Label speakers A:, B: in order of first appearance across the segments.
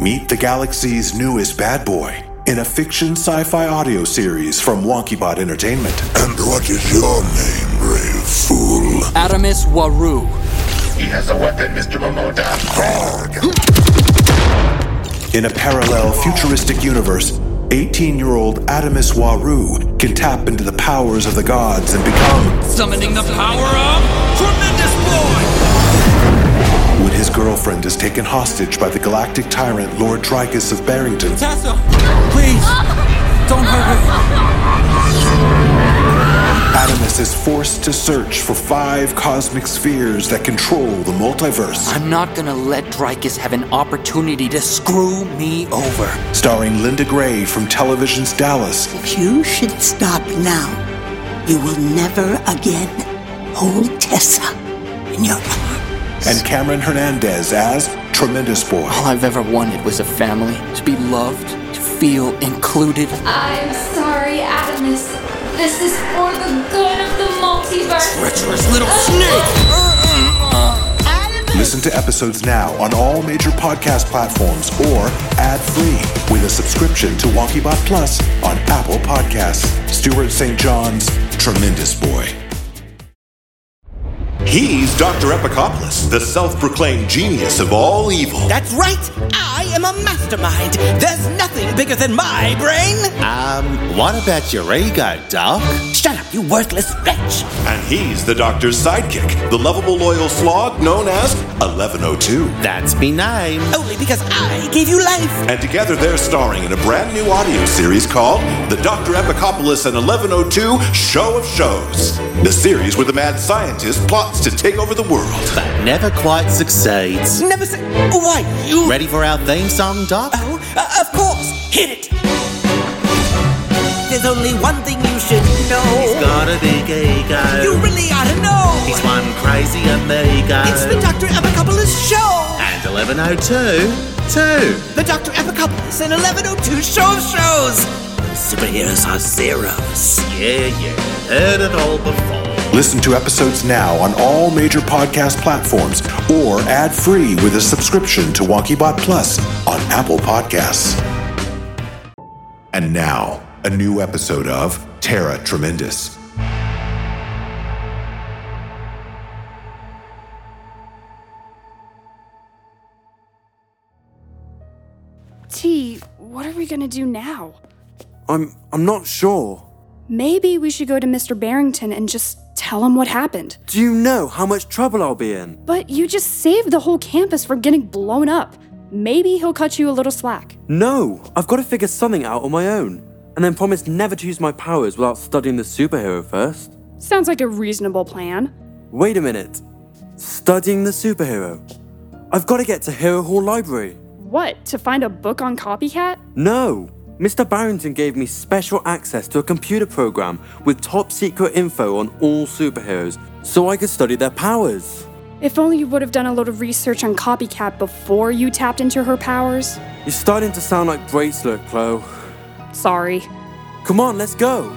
A: Meet the galaxy's newest bad boy in a fiction sci fi audio series from WonkyBot Entertainment.
B: And what is your name, brave fool?
C: Adamus Waru.
D: He has a weapon, Mr. Momoda.
A: In a parallel futuristic universe, 18 year old Adamus Waru can tap into the powers of the gods and become.
C: Summoning the power of Tremendous Boy!
A: When his girlfriend is taken hostage by the galactic tyrant Lord Trigus of Barrington,
C: Tessa, please, don't hurt her.
A: Adamus is forced to search for five cosmic spheres that control the multiverse.
C: I'm not gonna let Drykus have an opportunity to screw me over.
A: Starring Linda Gray from television's Dallas
E: You should stop now. You will never again hold Tessa in your arms.
A: and Cameron Hernandez as Tremendous Boy.
C: All I've ever wanted was a family, to be loved, to feel included.
F: I'm sorry, Adamus. This is for the good of the multiverse.
C: Treacherous little snake!
G: Uh-uh.
A: Listen to episodes now on all major podcast platforms or ad free with a subscription to WonkyBot Plus on Apple Podcasts. Stuart St. John's Tremendous Boy.
B: He's Dr. Epicopoulos, the self proclaimed genius of all evil.
H: That's right. I am a mastermind. There's nothing bigger than my brain.
G: Um, what about your ego, Doc?
H: Shut up, you worthless wretch.
B: And he's the doctor's sidekick, the lovable loyal slog known as 1102.
G: That's me name.
H: Only because I gave you life.
B: And together they're starring in a brand new audio series called The Dr. Epicopoulos and 1102 Show of Shows. The series where the mad scientist plots to take over the world.
G: But never quite succeeds.
H: Never say. "Oh, Why, you.
G: Ready for our theme song, Doc?
H: Oh, uh, of course. Hit it. There's only one thing you should know.
G: Got a big ego.
H: You really ought to know.
G: He's one crazy amigo.
H: It's the Dr. Epicopoulos show.
G: And 1102, too.
H: The Dr. Epicopoulos and 1102 show of shows. Superheroes are zeros.
G: Yeah, yeah. Heard it all before.
A: Listen to episodes now on all major podcast platforms or ad free with a subscription to WonkyBot Plus on Apple Podcasts. And now, a new episode of Terra Tremendous.
I: T, what are we gonna do now?
J: I'm I'm not sure.
I: Maybe we should go to Mr. Barrington and just tell him what happened.
J: Do you know how much trouble I'll be in?
I: But you just saved the whole campus from getting blown up. Maybe he'll cut you a little slack.
J: No, I've got to figure something out on my own. And then promise never to use my powers without studying the superhero first.
I: Sounds like a reasonable plan.
J: Wait a minute. Studying the superhero. I've got to get to Hero Hall Library.
I: What, to find a book on Copycat?
J: No. Mr. Barrington gave me special access to a computer program with top secret info on all superheroes so I could study their powers.
I: If only you would have done a little research on Copycat before you tapped into her powers.
J: You're starting to sound like Bracelet, Chloe.
I: Sorry.
J: Come on, let's go.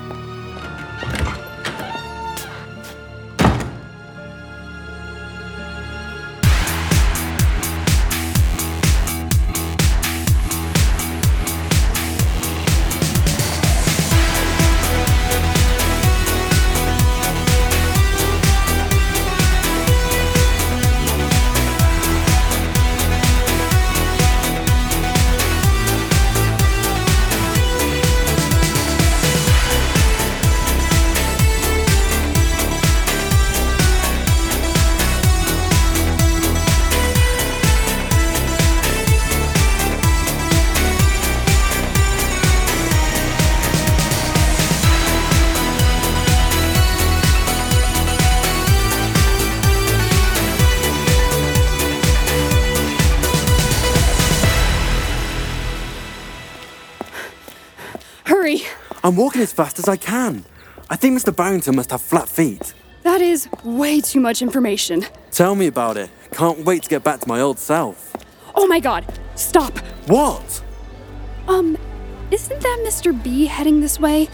I: Hurry.
J: I'm walking as fast as I can. I think Mr. Barrington must have flat feet.
I: That is way too much information.
J: Tell me about it. Can't wait to get back to my old self.
I: Oh my god, stop.
J: What?
I: Um, isn't that Mr. B heading this way?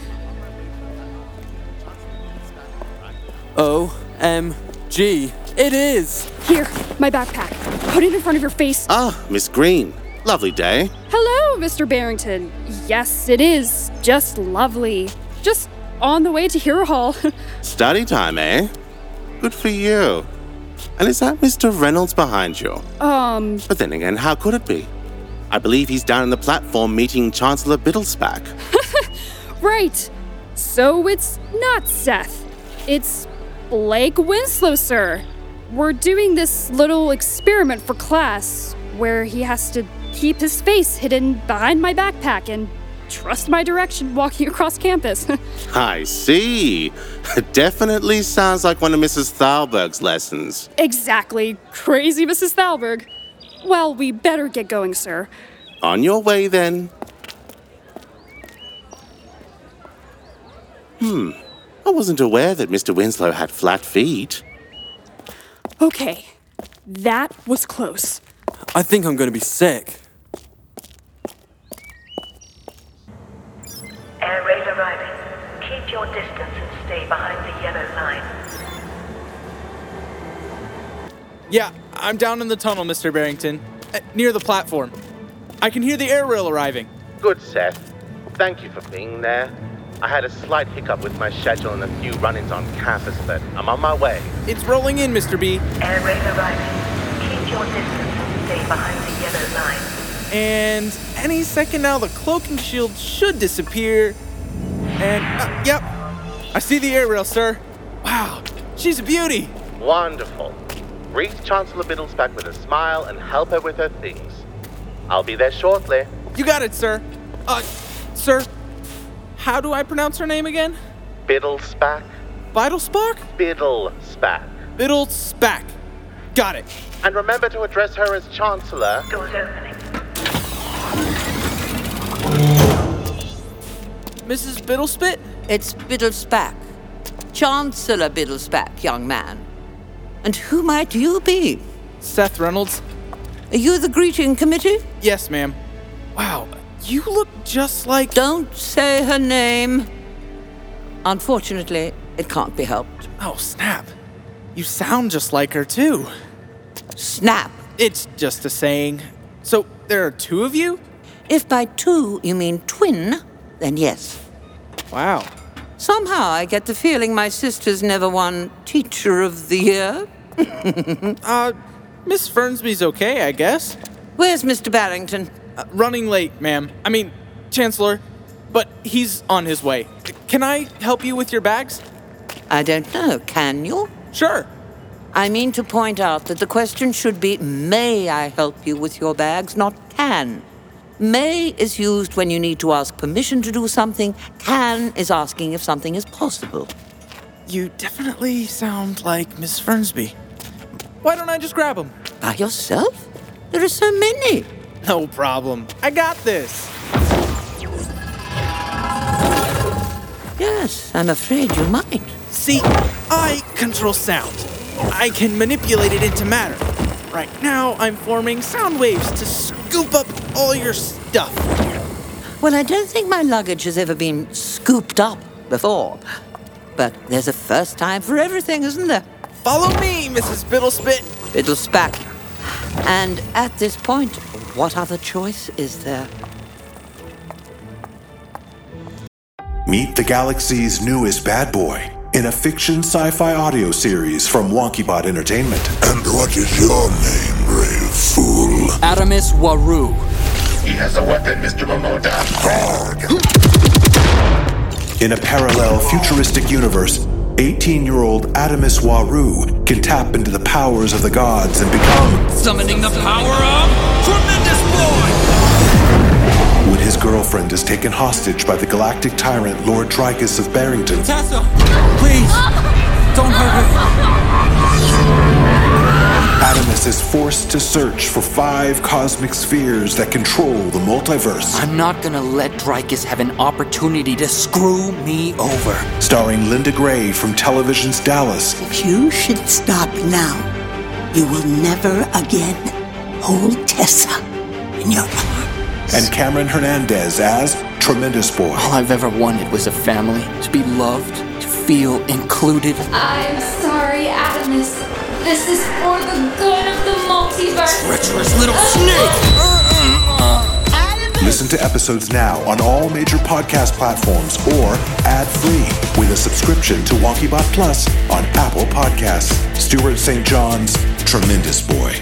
J: O M G. It is.
I: Here, my backpack. Put it in front of your face.
G: Ah, Miss Green.
K: Lovely day.
J: Hello, Mr. Barrington. Yes, it is. Just lovely. Just on the way to Hero Hall.
F: Study time, eh? Good for you. And is that Mr. Reynolds behind you?
J: um,
F: But then again, how could it be? I believe he's down on the platform meeting Chancellor Biddlesback.
J: right. So it's not Seth. It's Blake Winslow, sir. We're doing this little experiment for class where he has to keep his face hidden behind my backpack and trust my direction walking across campus.
F: I see. Definitely sounds like one of Mrs. Thalberg's lessons.
J: exactly. Crazy Mrs. Thalberg. Well, we better get going, sir.
F: On your way then. Hmm. I wasn't aware that Mr. Winslow had flat feet.
J: Okay, that was close.
L: I think I'm going to be sick.
M: Air raid arriving. Keep your distance and stay behind the yellow line.
G: Yeah, I'm down in the tunnel, Mr. Barrington, uh, near the platform. I can hear the air rail arriving.
F: Good, Seth. Thank you for being there. I had a slight hiccup with my schedule and a few run ins on campus, but I'm on my way.
G: It's rolling in, Mr. B.
M: Air raid arriving. Keep your distance and stay behind the yellow line.
G: And any second now, the cloaking shield should disappear. And, uh, yep, I see the air rail, sir. Wow, she's a beauty.
F: Wonderful. Reach Chancellor Biddlesback with a smile and help her with her things. I'll be there shortly.
G: You got it, sir. Uh, sir, how do I pronounce her name again?
F: Biddlesback?
G: Biddlespark?
F: Biddlesback.
G: Biddlesback. Got it.
F: And remember to address her as Chancellor.
G: Mrs. Biddlespit?
N: It's Biddlesback. Chancellor Biddlesback, young man. And who might you be?
G: Seth Reynolds.
N: Are you the greeting committee?
G: Yes, ma'am. Wow, you look just like.
N: Don't say her name. Unfortunately, it can't be helped.
G: Oh, snap. You sound just like her, too.
N: Snap.
G: It's just a saying. So, there are two of you?
N: If by two you mean twin, then yes.
G: Wow.
N: Somehow I get the feeling my sister's never won Teacher of the Year.
G: uh, Miss Fernsby's okay, I guess.
N: Where's Mr. Barrington?
G: Uh, running late, ma'am. I mean, Chancellor, but he's on his way. Can I help you with your bags?
N: I don't know. Can you?
G: Sure.
N: I mean to point out that the question should be May I help you with your bags, not can. May is used when you need to ask permission to do something, can is asking if something is possible.
G: You definitely sound like Miss Fernsby. Why don't I just grab them?
N: By yourself? There are so many.
G: No problem. I got this.
N: Yes, I'm afraid you might.
G: See, I control sound. I can manipulate it into matter. Right now, I'm forming sound waves to scoop up all your stuff.
N: Well, I don't think my luggage has ever been scooped up before. But there's a first time for everything, isn't there?
G: Follow me, Mrs. Biddlespit.
N: It'll spack. And at this point, what other choice is there?
A: Meet the galaxy's newest bad boy in a fiction sci fi audio series from WonkyBot Entertainment. And what is your name, brave fool?
C: Adamus Waru.
O: He has a weapon, Mr. Momoda.
A: In a parallel futuristic universe, 18 year old Adamus Waru can tap into the powers of the gods and become,
C: Summoning the power of Tremendous Boy!
A: when his girlfriend is taken hostage by the galactic tyrant Lord Trigus of Barrington.
C: Tessa! Please! Don't hurt her!
A: Adamus is forced to search for five cosmic spheres that control the multiverse.
C: I'm not gonna let Dreykus have an opportunity to screw me over.
A: Starring Linda Gray from television's Dallas
H: You should stop now. You will never again hold Tessa in your arms.
A: and Cameron Hernandez as Tremendous Boy.
C: All I've ever wanted was a family, to be loved, to feel included.
P: I'm sorry, Adamus. This is for the good of the multiverse.
C: Treacherous little snake!
A: to episodes now on all major podcast platforms or ad-free with a subscription to WonkyBot Plus on Apple Podcasts. Stuart St. John's Tremendous Boy.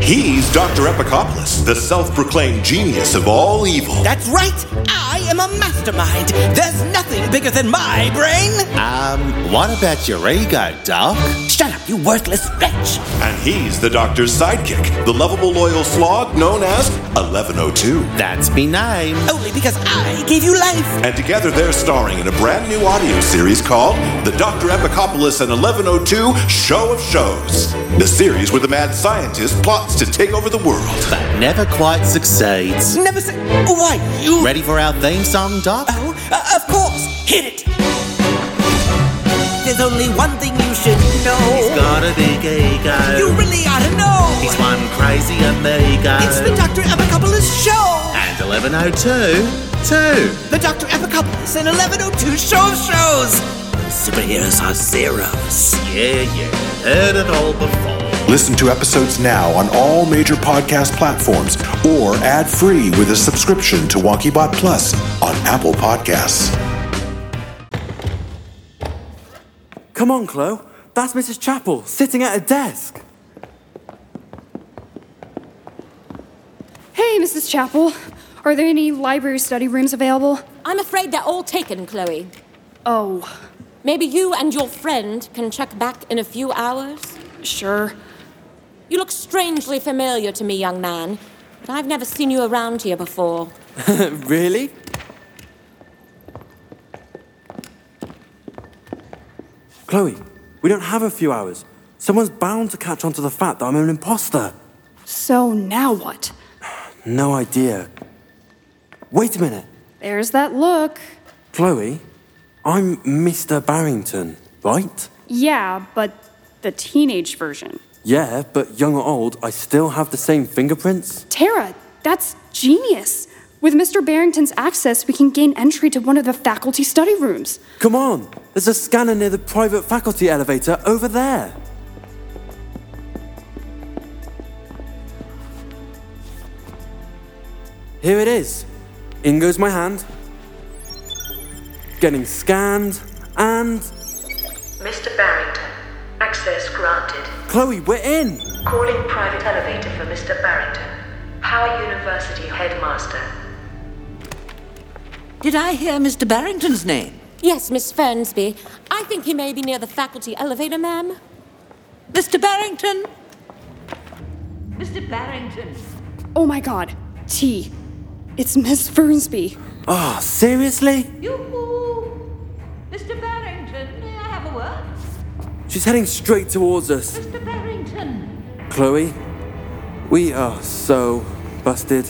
B: He's Dr. Epicopoulos, the self proclaimed genius of all evil.
H: That's right! I am a mastermind! There's nothing bigger than my brain!
G: Um, what about your ego, Doc?
H: Shut up, you worthless wretch!
B: And he's the doctor's sidekick, the lovable loyal slog known as 1102.
G: That's me name.
H: Only because I gave you life!
B: And together they're starring in a brand new audio series called The Dr. Epicopoulos and 1102 Show of Shows. The series where the mad scientist plots to take over the world.
G: But never quite succeeds.
H: Never say. "Oh, Why, you.
G: Ready for our theme song, Doc?
H: Oh, uh, of course! Hit it! There's only one thing you should know.
G: He's got a big ego.
H: You really ought to know!
G: He's one crazy amigo.
H: It's the Dr. Epicopoulos show!
G: And 1102. Two.
H: The Dr. Epicopoulos and 1102 show of shows! Superheroes are zeros.
G: Yeah, yeah. Heard it all before.
A: Listen to episodes now on all major podcast platforms or ad-free with a subscription to WonkyBot Plus on Apple Podcasts.
J: Come on, Chloe. That's Mrs. Chapel sitting at a desk.
I: Hey, Mrs. Chapel. Are there any library study rooms available?
Q: I'm afraid they're all taken, Chloe.
I: Oh,
Q: Maybe you and your friend can check back in a few hours?
I: sure.
Q: You look strangely familiar to me, young man, but I've never seen you around here before.
J: really? Chloe, we don't have a few hours. Someone's bound to catch on to the fact that I'm an imposter.
I: So now what?
J: No idea. Wait a minute.
I: There's that look.
J: Chloe, I'm Mr. Barrington, right?
I: Yeah, but the teenage version.
J: Yeah, but young or old, I still have the same fingerprints.
I: Tara, that's genius. With Mr. Barrington's access, we can gain entry to one of the faculty study rooms.
J: Come on, there's a scanner near the private faculty elevator over there. Here it is. In goes my hand. Getting scanned, and
R: Mr. Barrington, access granted.
J: Chloe, we're in!
R: Calling private elevator for Mr. Barrington, Power University headmaster.
S: Did I hear Mr. Barrington's name?
Q: Yes, Miss Fernsby. I think he may be near the faculty elevator, ma'am.
S: Mr. Barrington?
R: Mr. Barrington.
I: Oh my god, T. It's Miss Fernsby.
J: Ah, seriously?
R: Yoo-hoo! Mr. Barrington, may I have a word?
J: She's heading straight towards us.
R: Mr. Barrington.
J: Chloe, we are so busted.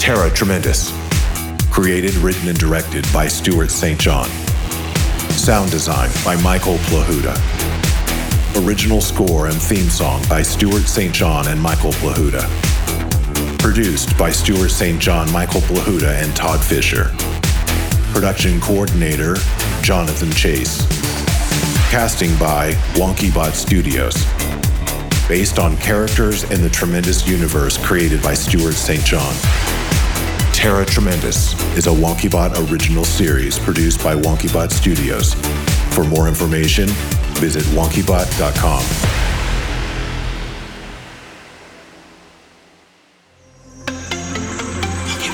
A: Terra Tremendous. Created, written, and directed by Stuart St. John. Sound design by Michael Plahuta. Original score and theme song by Stuart St. John and Michael Plahuta. Produced by Stuart St. John, Michael Plahuta, and Todd Fisher. Production coordinator Jonathan Chase. Casting by WonkyBot Studios. Based on characters in the tremendous universe created by Stuart St. John. Terra Tremendous is a WonkyBot original series produced by WonkyBot Studios. For more information, visit wonkybot.com.
B: Meet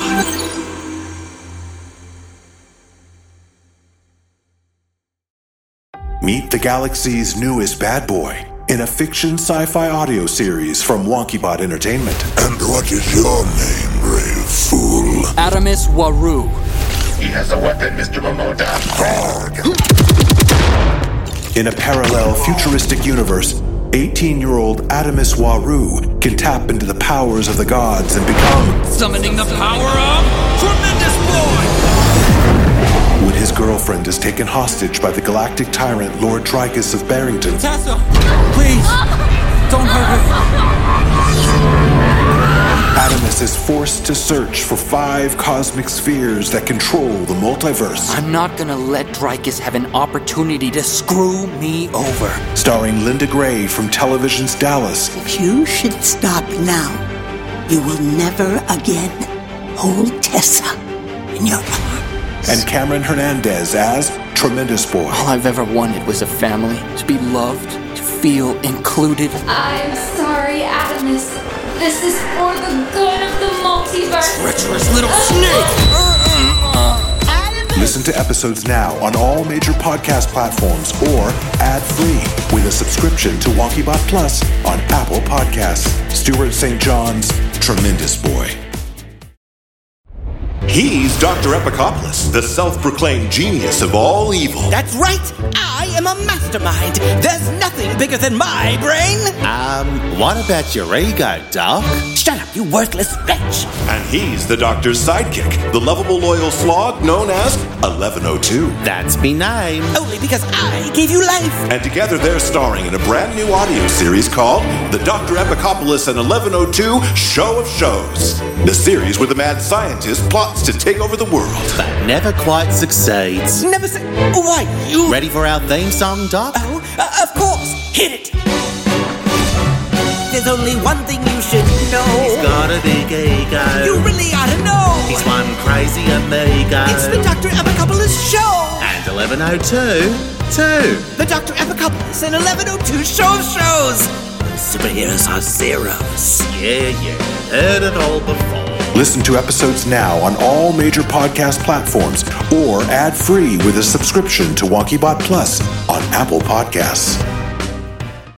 A: the galaxy's newest bad boy in a fiction sci-fi audio series from WonkyBot Entertainment.
T: And what is your name, brave fool?
C: Adamus Waru.
D: He has a weapon, Mr. Momoda.
A: In a parallel futuristic universe, 18-year-old Adamus Waru can tap into the powers of the gods and become,
U: Summoning the power of Tremendous Boy!
A: when his girlfriend is taken hostage by the galactic tyrant Lord Trigus of Barrington.
U: Tessa! Please! Don't hurt her!
A: Adamus is forced to search for five cosmic spheres that control the multiverse.
C: I'm not gonna let Drykus have an opportunity to screw me over.
A: Starring Linda Gray from television's Dallas.
E: If you should stop now, you will never again hold Tessa in your
A: and Cameron Hernandez as Tremendous Boy.
C: All I've ever wanted was a family, to be loved, to feel included.
F: I'm sorry, Adamus. This is for the good of the multiverse.
U: Treacherous little snake!
A: Listen to episodes now on all major podcast platforms or ad-free with a subscription to WonkyBot Plus on Apple Podcasts. Stuart St. John's Tremendous Boy.
B: He's Dr. Epicopoulos, the self proclaimed genius of all evil.
H: That's right! I am a mastermind! There's nothing bigger than my brain!
G: Um, what about your ego, Doc?
H: Shut up, you worthless wretch!
B: And he's the doctor's sidekick, the lovable loyal slog known as 1102.
G: That's me name.
H: Only because I gave you life!
B: And together they're starring in a brand new audio series called The Dr. Epicopoulos and 1102 Show of Shows. The series where the mad scientist plots to take over the world.
G: But never quite succeeds.
H: Never say. Why, you.
G: Ready for our theme song, Doc?
H: Uh, of course! Hit it! There's only one thing you should
G: He's
H: know.
G: got a big ego.
H: You really ought to know!
G: He's one crazy amigo.
H: It's the Dr. Epicopoulos Show!
G: And 1102, too.
H: The Dr. Epicopoulos and 1102 Show of Shows! Superheroes are zeros.
G: Yeah, yeah. Heard it all before.
A: Listen to episodes now on all major podcast platforms or ad-free with a subscription to WonkyBot Plus on Apple Podcasts.